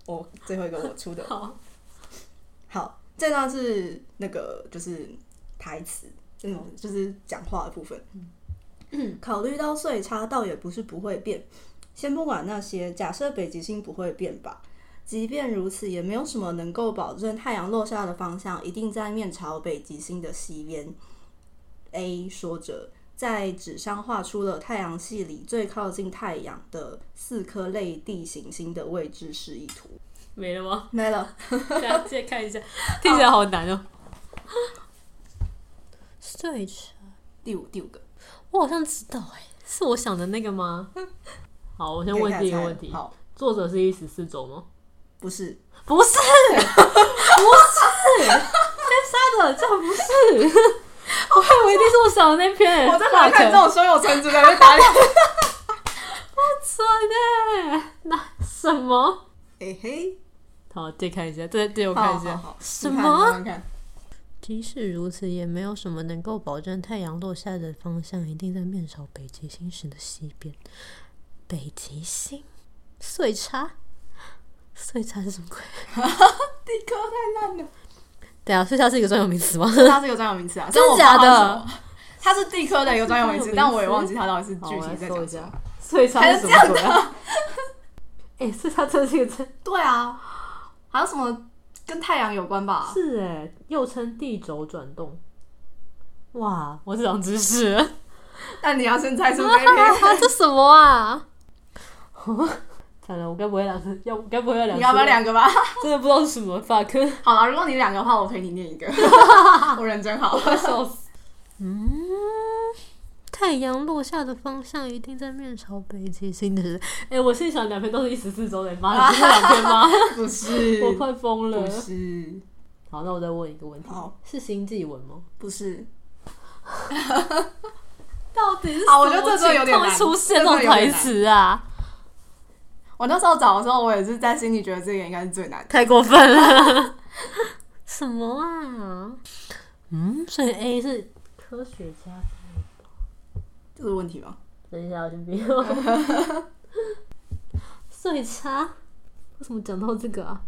Speaker 1: 我最后一个我出的，
Speaker 2: 好，
Speaker 1: 好，这段是那个就是台词，嗯，就是讲话的部分。考虑到岁差，倒也不是不会变。先不管那些，假设北极星不会变吧。即便如此，也没有什么能够保证太阳落下的方向一定在面朝北极星的西边。A 说着，在纸上画出了太阳系里最靠近太阳的四颗类地行星的位置示意图。
Speaker 2: 没了吗？
Speaker 1: 哦没了。
Speaker 2: 大家再看一 下，听起来好难哦。睡着，
Speaker 1: 第五第五个，
Speaker 2: 欸 我好像知道哎、是我想的那个吗？好，我
Speaker 1: 你可
Speaker 2: 先
Speaker 1: 以
Speaker 2: 问
Speaker 1: 开始
Speaker 2: 第一个
Speaker 1: 猜
Speaker 2: 问
Speaker 1: 了
Speaker 2: 题：
Speaker 1: 好，
Speaker 2: 作者是一十四周吗？
Speaker 1: 不 是，
Speaker 2: 不是，不是，天杀的，这 不是。我看我一定是我想的那篇、欸，
Speaker 1: 我在哪看这
Speaker 2: 到
Speaker 1: 种胸有成竹的人 打脸？
Speaker 2: 真的、那什么？
Speaker 1: 嘿哎嘿，
Speaker 2: 好，借看一下，再借我看
Speaker 1: 好
Speaker 2: 一下。
Speaker 1: 好好，
Speaker 2: 什
Speaker 1: 你看
Speaker 2: 么？
Speaker 1: 你看你看
Speaker 2: 即使如此，也没有什么能够保证太阳落下的方向一定在面朝北极星时的西边。北极星，岁差，岁差是什么鬼？
Speaker 1: 地科太 烂了，
Speaker 2: 对啊，岁差是一个专有名词 吗？
Speaker 1: 它是一个专有名词啊，
Speaker 2: 真
Speaker 1: 但我不知
Speaker 2: 假
Speaker 1: 道它是
Speaker 2: 的
Speaker 1: 什么？它是地科的一个专有名
Speaker 2: 它
Speaker 1: 词
Speaker 2: 是，
Speaker 1: 但我也
Speaker 2: 名词
Speaker 1: 忘记它到底是具体在
Speaker 2: 好我
Speaker 1: 讲
Speaker 2: 来搜一
Speaker 1: 什么
Speaker 2: 下。岁差
Speaker 1: 还
Speaker 2: 是
Speaker 1: 是
Speaker 2: 什
Speaker 1: 这
Speaker 2: 么
Speaker 1: 样
Speaker 2: 鬼、
Speaker 1: 的
Speaker 2: 啊？
Speaker 1: 啊？
Speaker 2: 哎、岁差真的是一个真
Speaker 1: 对啊，还有什么跟太阳有关 吧？
Speaker 2: 是哎、又称地轴转动。哇，我是长知识了。
Speaker 1: 但你要先猜出这一篇，
Speaker 2: 啊，这什么啊？ 惨了，我该不会两次，要该不会要两次？
Speaker 1: 你要不要两个吧？
Speaker 2: 真的不知道是什么 fuck，
Speaker 1: 好了，如果你两个的话，我陪你念一 个，我认真好。
Speaker 2: 笑死！
Speaker 3: 嗯，太阳落下的方向一定在面朝北极星的人。啊
Speaker 2: 哎、我心想两篇都是一十四周的，妈的，只是两篇 吗？
Speaker 1: 不是
Speaker 2: 我快疯了
Speaker 1: 不。是，
Speaker 2: 好，那我再问一个问题
Speaker 1: 好，
Speaker 2: 是星际文吗？
Speaker 1: 不是。
Speaker 3: 到底是
Speaker 1: 好我
Speaker 3: 什
Speaker 1: 觉得
Speaker 3: 么
Speaker 1: 这真的有点
Speaker 3: 情况
Speaker 1: 难
Speaker 3: 会出现这
Speaker 1: 这真
Speaker 3: 种
Speaker 1: 的有点
Speaker 3: 台词啊？
Speaker 1: 我那时候找的时候，我也是在心里觉得这个应该是最难的。
Speaker 3: 太过分 了！什么啊？嗯，所以 A 是
Speaker 2: 科学家。
Speaker 1: 这个问题吗？
Speaker 2: 等一下，我去比我。 岁差？为什么讲到这个啊？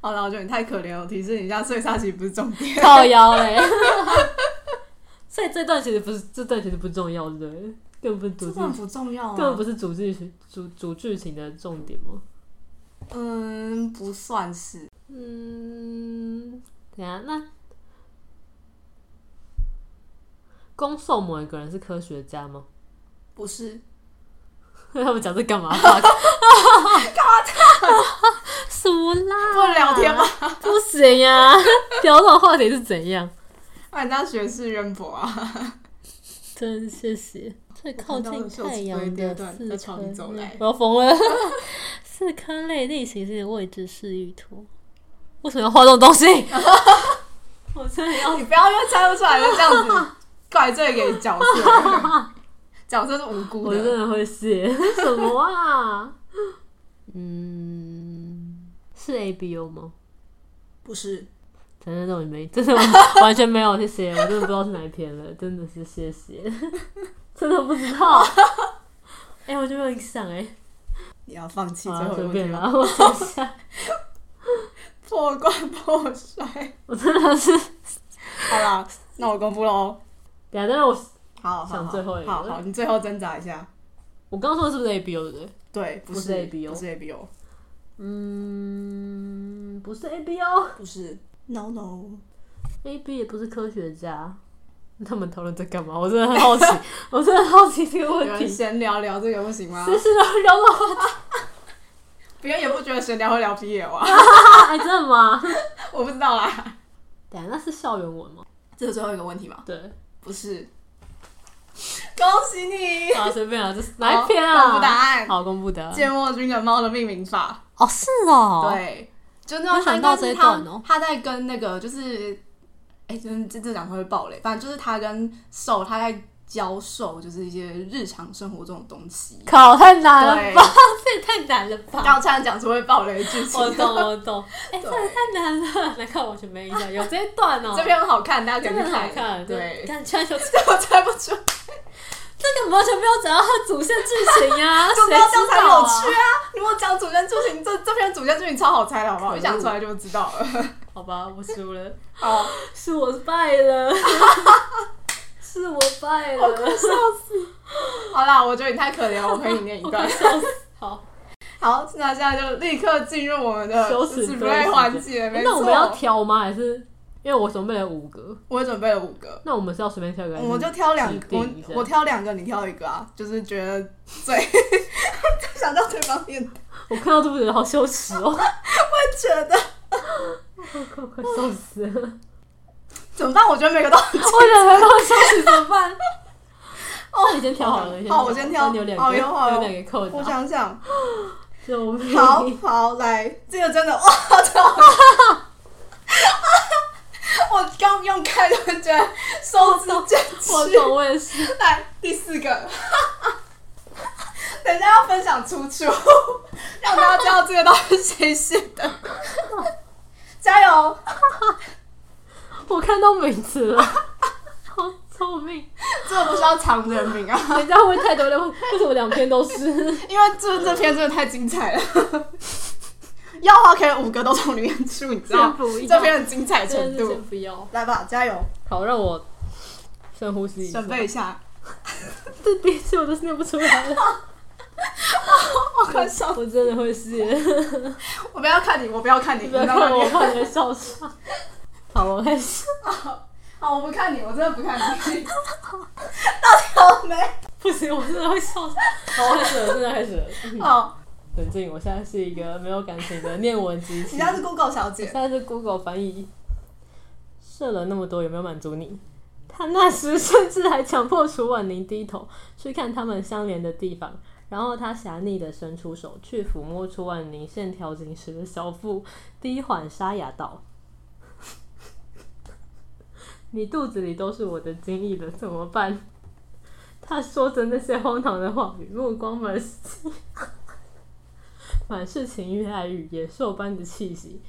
Speaker 1: 好了，我觉得你太可怜了。我提示你一下，最差其实不是重 点。
Speaker 2: 靠腰嘞。 所以这段其实不是，这段其实不重要，对不对？更不是主
Speaker 1: 这
Speaker 2: 剧，
Speaker 1: 很不重要啊。
Speaker 2: 根本不是主剧情主主剧情的重点吗？
Speaker 1: 嗯，不算是。
Speaker 2: 嗯，等一下那攻受某一个人是科学家吗？
Speaker 1: 不是，
Speaker 2: 他们讲这干嘛？
Speaker 3: 什么啦？
Speaker 1: 不能聊天 吗？
Speaker 3: 不行 呀、
Speaker 2: 聊这种话题是怎样？
Speaker 1: 那哎人家学识渊博啊。
Speaker 3: 真谢谢。最靠近太阳
Speaker 1: 第二
Speaker 3: 的
Speaker 1: 段
Speaker 3: 四
Speaker 1: 在朝
Speaker 3: 颗
Speaker 1: 你走来
Speaker 3: 类，，我要疯 了。四颗类地形是位置示意图。
Speaker 2: 为什么要画这种东西？ 我真的要
Speaker 1: 哦你不要因为猜不出来就这样子怪罪给角色， 角色是无辜
Speaker 2: 我真
Speaker 1: 的。
Speaker 2: 的会谢什么啊？
Speaker 3: 嗯，
Speaker 2: 是 A B O 吗？
Speaker 1: 不是，
Speaker 2: 真的都没，真的完完全没有，谢谢，我真的不知道是哪一篇了，真的是谢谢，真的不知 道。哎、我就没有印象哎、
Speaker 1: 你要放弃最
Speaker 2: 好啦
Speaker 1: 后一个
Speaker 2: 随
Speaker 1: 问题
Speaker 2: 便
Speaker 1: 吗
Speaker 2: 啦，我想一下，
Speaker 1: 破罐破摔。
Speaker 2: 我真的是，
Speaker 1: 好啦，那我公布喽。
Speaker 2: 等一下，但是我
Speaker 1: 好，好
Speaker 2: 想
Speaker 1: 好
Speaker 2: 最后一个
Speaker 1: 好好，你最后挣扎一下。
Speaker 2: 我刚刚说的是不是 A B O 对不对？
Speaker 1: 对，不
Speaker 2: 不是 ABO
Speaker 1: 不是哦 ABO，
Speaker 2: 嗯，不是 A B O，A
Speaker 1: 不是。No no，
Speaker 2: B 也不是科学家，他们讨论在干嘛？我真的很好奇，我真的很好奇这个
Speaker 1: 有
Speaker 2: 问
Speaker 1: 人
Speaker 2: 题，
Speaker 1: 闲聊聊这个不行吗？
Speaker 2: 真是聊聊到话题，
Speaker 1: 别人也不觉得闲聊会聊 BL 啊，
Speaker 2: 哎，真的吗？
Speaker 1: 我不知道啦。
Speaker 2: 等一下，那是校园文吗？
Speaker 1: 这是最后一个问题吗？
Speaker 2: 对，
Speaker 1: 不是。恭喜你，
Speaker 2: 啊，随便啊，这是哪一篇
Speaker 1: 好公布答
Speaker 2: 啊？
Speaker 1: 案。
Speaker 2: 好，公布答案。
Speaker 1: 芥末君的猫的命名法，
Speaker 3: 哦，是哦，
Speaker 1: 对，就那
Speaker 3: 没想到这一段哦
Speaker 1: 他在跟那个就是，哎、真这这讲会爆雷，反正就是他跟兽他在教授，就是一些日常生活中的东西。
Speaker 2: 考太难了
Speaker 1: 对
Speaker 2: 吧，？这也太难了吧！
Speaker 1: 刚才讲出会爆雷的剧情，
Speaker 2: 我懂，我懂，哎、这也
Speaker 1: 对
Speaker 2: 太难了，难怪我完全没印象。有这一段哦、
Speaker 1: 这篇很好看，大家
Speaker 2: 真
Speaker 1: 可
Speaker 2: 的
Speaker 1: 以
Speaker 2: 很
Speaker 1: 去
Speaker 2: 好看，
Speaker 1: 看。对，
Speaker 2: 看全球
Speaker 1: 这 我猜不出，
Speaker 2: 啊这个完全没有讲到它主线剧情啊，
Speaker 1: 就
Speaker 2: 谁
Speaker 1: 不要这样
Speaker 2: 知
Speaker 1: 才
Speaker 2: 道
Speaker 1: 有
Speaker 2: 啊
Speaker 1: 趣？啊！如果讲主线剧情，这这篇主线剧情超好猜的，好不
Speaker 2: 可
Speaker 1: 好？
Speaker 2: 恶
Speaker 1: 一讲出来就知道了。
Speaker 2: 好吧，我输了，
Speaker 1: 好，
Speaker 2: 是我败了，是我败了，
Speaker 1: 我快笑死。好啦，我觉得你太可怜了，我陪你念一
Speaker 2: 我
Speaker 1: 段
Speaker 2: 快。笑死。好，
Speaker 1: 好，那现在就立刻进入我们的
Speaker 2: 羞耻
Speaker 1: display 环节。没
Speaker 2: 哎那我们要
Speaker 1: 错，
Speaker 2: 挑吗？还是因为我准备了五个，
Speaker 1: 我也准备了五个，
Speaker 2: 那我们是要随便挑一个？还是
Speaker 1: 我们就挑两
Speaker 2: 指
Speaker 1: 个，
Speaker 2: 定
Speaker 1: 我
Speaker 2: 一下
Speaker 1: 我挑两个，你挑一个啊，就是觉得 最想到对方面，
Speaker 2: 我看到这不觉得好羞耻哦、
Speaker 1: 觉得
Speaker 2: 快快笑死了！
Speaker 1: 怎么办？我觉得每个都
Speaker 2: 我忍了，我笑死怎么办？
Speaker 1: 哦，
Speaker 2: 那你先挑好了，你
Speaker 1: 好我先挑
Speaker 2: 有两
Speaker 1: 好
Speaker 2: 个，
Speaker 1: 哟好哟
Speaker 2: 有两个扣
Speaker 1: 我
Speaker 2: 着，啊
Speaker 1: 想想，
Speaker 2: 救命！
Speaker 1: 好好来，这个真的哇，这好 我刚用开就觉得手指卷
Speaker 2: 我
Speaker 1: 起。
Speaker 2: 懂，我 也是。
Speaker 1: 来，第四个， 等一下要分享出处， 让大家知道这个到底是谁写的。加油！
Speaker 2: 我看到名字了，好聪明！
Speaker 1: 这不是要藏人名啊，
Speaker 2: 人家会太多了，为什么两篇都是？
Speaker 1: 因为这这篇真的太精彩了。要的话可以五个都从里面出，你知道
Speaker 2: 先不要
Speaker 1: 这篇的精彩
Speaker 2: 真
Speaker 1: 程
Speaker 2: 的是
Speaker 1: 度
Speaker 2: 先。不要。
Speaker 1: 来吧，加油，
Speaker 2: 好，让我深呼吸一下
Speaker 1: 准。备一下。
Speaker 2: 这第一次我都是念不出来了，
Speaker 1: 我哦快笑
Speaker 2: 我真的会谢。
Speaker 1: 我不要看你，我不要看你，
Speaker 2: 不要
Speaker 1: 你让
Speaker 2: 看我，我
Speaker 1: 念
Speaker 2: 怕你会笑场。好，我开始。
Speaker 1: 好，我不看你，我真的不看你。到底有没？
Speaker 2: 不行，我真的会笑场。好，我开始了，真的开始了。嗯
Speaker 1: 哦，
Speaker 2: 冷静，我现在是一个没有感情的念文机器。
Speaker 1: 你家是 Google 小姐
Speaker 2: 现。在是 Google 翻译，射了那么多，有没有满足你？他那时甚至还强迫楚婉宁低头去看他们相连的地方，然后他侠逆的伸出手去抚摸楚婉宁线条紧实的小腹，低缓沙哑道：“你肚子里都是我的精液了，怎么办？”他说着那些荒唐的话语，目光满是 满是情欲、爱欲、野兽般的气息。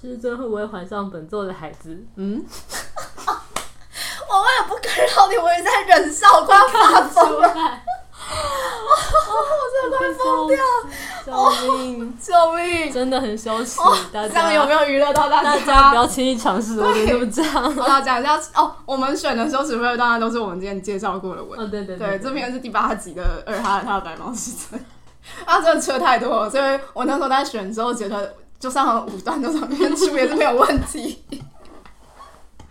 Speaker 2: 师尊会不会怀上本座的孩子？嗯，
Speaker 1: 我为了不干扰你，我也在忍笑，快要发疯了，
Speaker 2: 嗯来，哦
Speaker 1: 我真的快疯掉，
Speaker 2: 掉！救命！
Speaker 1: 救命！
Speaker 2: 真的很羞耻，大
Speaker 1: 哦这样
Speaker 2: 家
Speaker 1: 有没有娱乐到大
Speaker 2: 大家不要轻易尝试，我觉得不这样。
Speaker 1: 我要讲一下哦，我们选的羞耻会当然都是我们之前介绍过的文。
Speaker 2: 哦，对对
Speaker 1: 对，这篇是第八集的二哈他的白毛师尊，他真的车太多了，所以我那时候在选的时候觉得，就算很武断，就从里面出也是没有问题。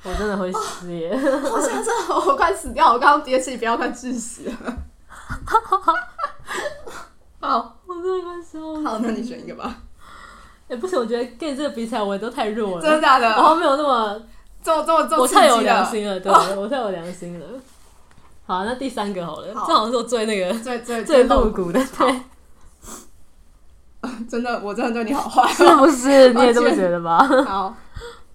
Speaker 2: 我真的会失业。
Speaker 1: 我现在真的我快死掉，我刚刚憋气憋到快窒息了。好
Speaker 2: 我真的快笑死。
Speaker 1: 好，那你选一个吧。
Speaker 2: 哎，不行，我觉得跟你这个比起来，我都太弱
Speaker 1: 真的
Speaker 2: 了。
Speaker 1: 假的？
Speaker 2: 然后没有那么，
Speaker 1: 这么这么这么
Speaker 2: 我
Speaker 1: 刺激
Speaker 2: 太有
Speaker 1: 的
Speaker 2: 良心了，对，我太有良心了。好，那第三个好了，这
Speaker 1: 好
Speaker 2: 好像是我最那个
Speaker 1: 最 最
Speaker 2: 最
Speaker 1: 最
Speaker 2: 露
Speaker 1: 露，
Speaker 2: 骨的，对，
Speaker 1: 真的，我真的对你 好 坏。
Speaker 2: 是不是？你也这么觉得吧？
Speaker 1: 好，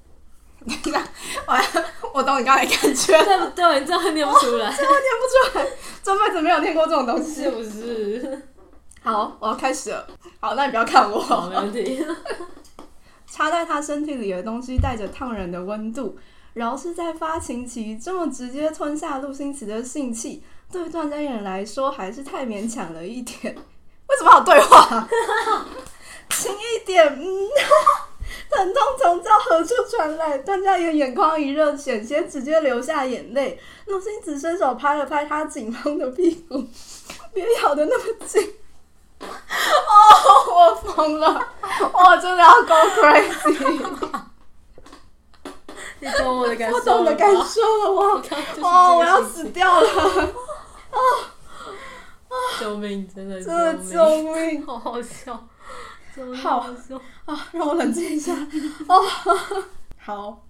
Speaker 1: 等一下，我我懂你刚才感觉，
Speaker 2: 对不对？你这样念不出来，
Speaker 1: 我念不出来，这辈子没有念过这种东
Speaker 2: 是
Speaker 1: 西。
Speaker 2: 不是？
Speaker 1: 好，我要开始了。好，那你不要看
Speaker 2: 好，没
Speaker 1: 我。
Speaker 2: 问题。
Speaker 1: 插在他身体里的东西带着烫人的温度，饶是在发情期这么直接吞下陆星驰的性器，对段家人来说还是太勉强了一点。 为什么好对话、 轻一点，嗯。 疼痛从叫何处传来？段家妍眼眶一热，险些直接流下眼泪。陆星子伸手拍了拍他紧绷的屁股， 别咬得那么紧。 哦，我疯了，我真的要 go crazy，
Speaker 2: 你懂我的感受，
Speaker 1: 我懂得感。受了，我
Speaker 2: 刚就是
Speaker 1: 哦，我要
Speaker 2: 这个心
Speaker 1: 死掉了，
Speaker 2: 情救命！真的，
Speaker 1: 真的
Speaker 2: 救命！
Speaker 1: 救命
Speaker 2: 好好笑，救命！
Speaker 1: 好
Speaker 2: 好笑。
Speaker 1: 啊！让我冷静一 下哦。好，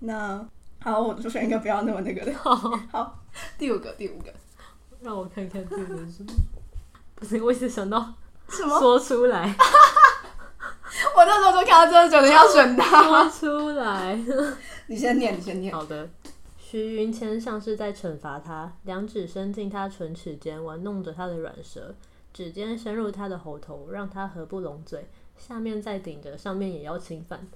Speaker 1: 那好，我就选一个不要那么那个的。
Speaker 2: 好，
Speaker 1: 好，第五个，第五个，
Speaker 2: 让我看看这个是什么。不行，我一直想到
Speaker 1: 什么？
Speaker 2: 说 出来，
Speaker 1: 我那时候就看到，真的觉得要选他。
Speaker 2: 说出来。
Speaker 1: 你先念，你先念。
Speaker 2: 好的。徐云谦像是在惩罚他，两指伸进他唇齿间，玩弄着他的软舌，指尖深入他的喉头，让他合不拢嘴，下面再顶着，上面也要侵犯。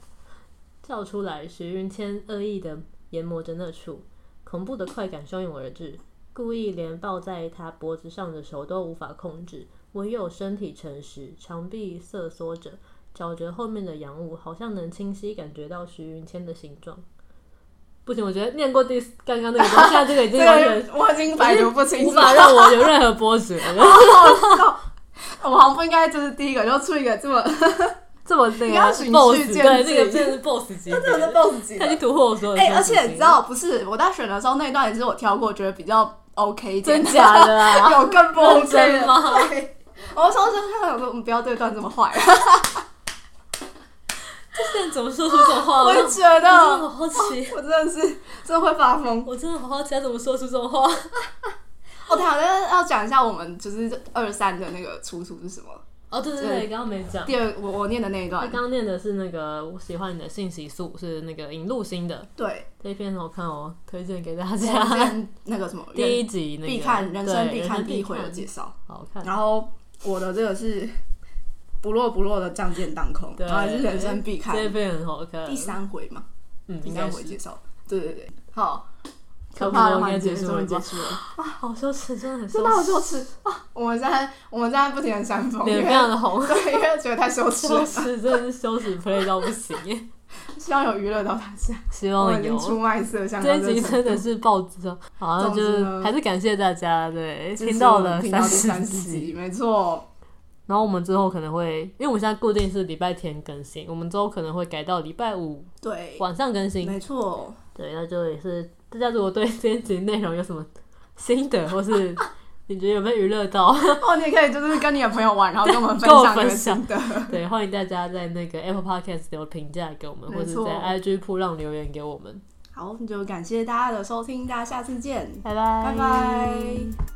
Speaker 2: 叫出来，徐云谦恶意的研磨着那处，恐怖的快感汹涌而至，故意连抱在他脖子上的手都无法控制，唯有身体诚实，长臂瑟缩着，找着后面的阳物，好像能清晰感觉到徐云谦的形状。不行，我觉得念过第四刚刚那个，现在这个已
Speaker 1: 这
Speaker 2: 经完 全
Speaker 1: 个我已经百毒不侵，
Speaker 2: 无法让我有任何波折，
Speaker 1: 好笑。我好像不应该，就是第一个就出一个这么，
Speaker 2: 这么那
Speaker 1: 你要
Speaker 2: 个
Speaker 1: 循序
Speaker 2: boss
Speaker 1: 渐
Speaker 2: 对
Speaker 1: 进
Speaker 2: 那个真的是 boss 级别，
Speaker 1: 这么是 boss 级
Speaker 2: 他
Speaker 1: 的
Speaker 2: 已。经突破我所有的
Speaker 1: 哎、
Speaker 2: 攻
Speaker 1: 而
Speaker 2: 击
Speaker 1: 且你
Speaker 2: 性
Speaker 1: 知道，不是我在选的时候那一段也是我挑过，觉得比较 OK 一点
Speaker 2: 真，假的啊？
Speaker 1: 有更不 OK
Speaker 2: 真
Speaker 1: 的
Speaker 2: 的吗
Speaker 1: 对，我上次看到有说，我们不要对段这么坏，
Speaker 2: 现在怎么说出这种话？
Speaker 1: 我
Speaker 2: 我
Speaker 1: 也
Speaker 2: 真
Speaker 1: 觉
Speaker 2: 的好
Speaker 1: 得，
Speaker 2: 好奇，
Speaker 1: 我真的是真的会发疯。
Speaker 2: 我真的好好奇他怎么说出这种话。
Speaker 1: 哦，对啊，那要讲一下我们就是二三的那个出处是什么？
Speaker 2: 哦，对对对，刚刚没讲。
Speaker 1: 第二，我我念的那一
Speaker 2: 他
Speaker 1: 段，
Speaker 2: 刚念的是那个《我喜欢你的信息素》，是那个尹路新的
Speaker 1: 对，
Speaker 2: 这篇很好看哦，推荐给大
Speaker 1: 我们之
Speaker 2: 家。
Speaker 1: 前那个什 么
Speaker 2: 第一
Speaker 1: 人
Speaker 2: 集那个
Speaker 1: 必看人生
Speaker 2: 对
Speaker 1: 必
Speaker 2: 人
Speaker 1: 看
Speaker 2: 生
Speaker 1: 必
Speaker 2: 必
Speaker 1: 回的
Speaker 2: 看，
Speaker 1: 介绍，
Speaker 2: 好看。
Speaker 1: 然后我的这个是不落不落的仗剑当空，
Speaker 2: 对
Speaker 1: 然后也是人生必看
Speaker 2: 这篇很好看。
Speaker 1: 第，三回嘛，
Speaker 2: 嗯，
Speaker 1: 第
Speaker 2: 应该
Speaker 1: 三回
Speaker 2: 是
Speaker 1: 介绍，对对对，好，
Speaker 2: 差
Speaker 1: 可
Speaker 2: 不多
Speaker 1: 怕的
Speaker 2: 应该
Speaker 1: 环节
Speaker 2: 结束
Speaker 1: 终于
Speaker 2: 了
Speaker 1: 结
Speaker 2: 吧
Speaker 1: 束了。
Speaker 2: 啊，好羞耻，真的很羞
Speaker 1: 真的好
Speaker 2: 耻，
Speaker 1: 羞耻啊！我们在我们在不停的煽风，因
Speaker 2: 脸非
Speaker 1: 为
Speaker 2: 常的红，
Speaker 1: 对，因为觉得太羞 耻
Speaker 2: 羞
Speaker 1: 了，
Speaker 2: 耻真的是羞耻 play 到不行耶，
Speaker 1: 希望有娱乐到大家。
Speaker 2: 希
Speaker 1: 我
Speaker 2: 望
Speaker 1: 们已经
Speaker 2: 有。
Speaker 1: 出卖色相
Speaker 2: 这
Speaker 1: 到
Speaker 2: 一
Speaker 1: 这
Speaker 2: 集
Speaker 1: 个程
Speaker 2: 真的
Speaker 1: 度，
Speaker 2: 是爆汁哦，好，那
Speaker 1: 总之
Speaker 2: 就是
Speaker 1: 呢
Speaker 2: 还是感谢大家，对，
Speaker 1: 这是
Speaker 2: 听到
Speaker 1: 我们
Speaker 2: 了
Speaker 1: 听到第
Speaker 2: 三
Speaker 1: 三
Speaker 2: 十
Speaker 1: 十
Speaker 2: 集，
Speaker 1: 集，没错，
Speaker 2: 然后我们之后可能会，因为我们现在固定是礼拜天更新，我们之后可能会改到礼拜五
Speaker 1: 对，
Speaker 2: 晚上更新。
Speaker 1: 没错，
Speaker 2: 对，那就也是大家如果对这一集内容有什么心得，或是你觉得有没有娱乐到，
Speaker 1: 哦，你也可以就是跟你的朋友玩，然后跟我们分
Speaker 2: 跟我
Speaker 1: 享你的
Speaker 2: 分享
Speaker 1: 心得。
Speaker 2: 对，欢迎大家在那个 Apple Podcast 留评价给我们，
Speaker 1: 没
Speaker 2: 或是
Speaker 1: 错
Speaker 2: 在 IG 铺浪留言给我们。
Speaker 1: 好，那就感谢大家的收听，大家下次见，
Speaker 2: 拜拜，
Speaker 1: 拜拜。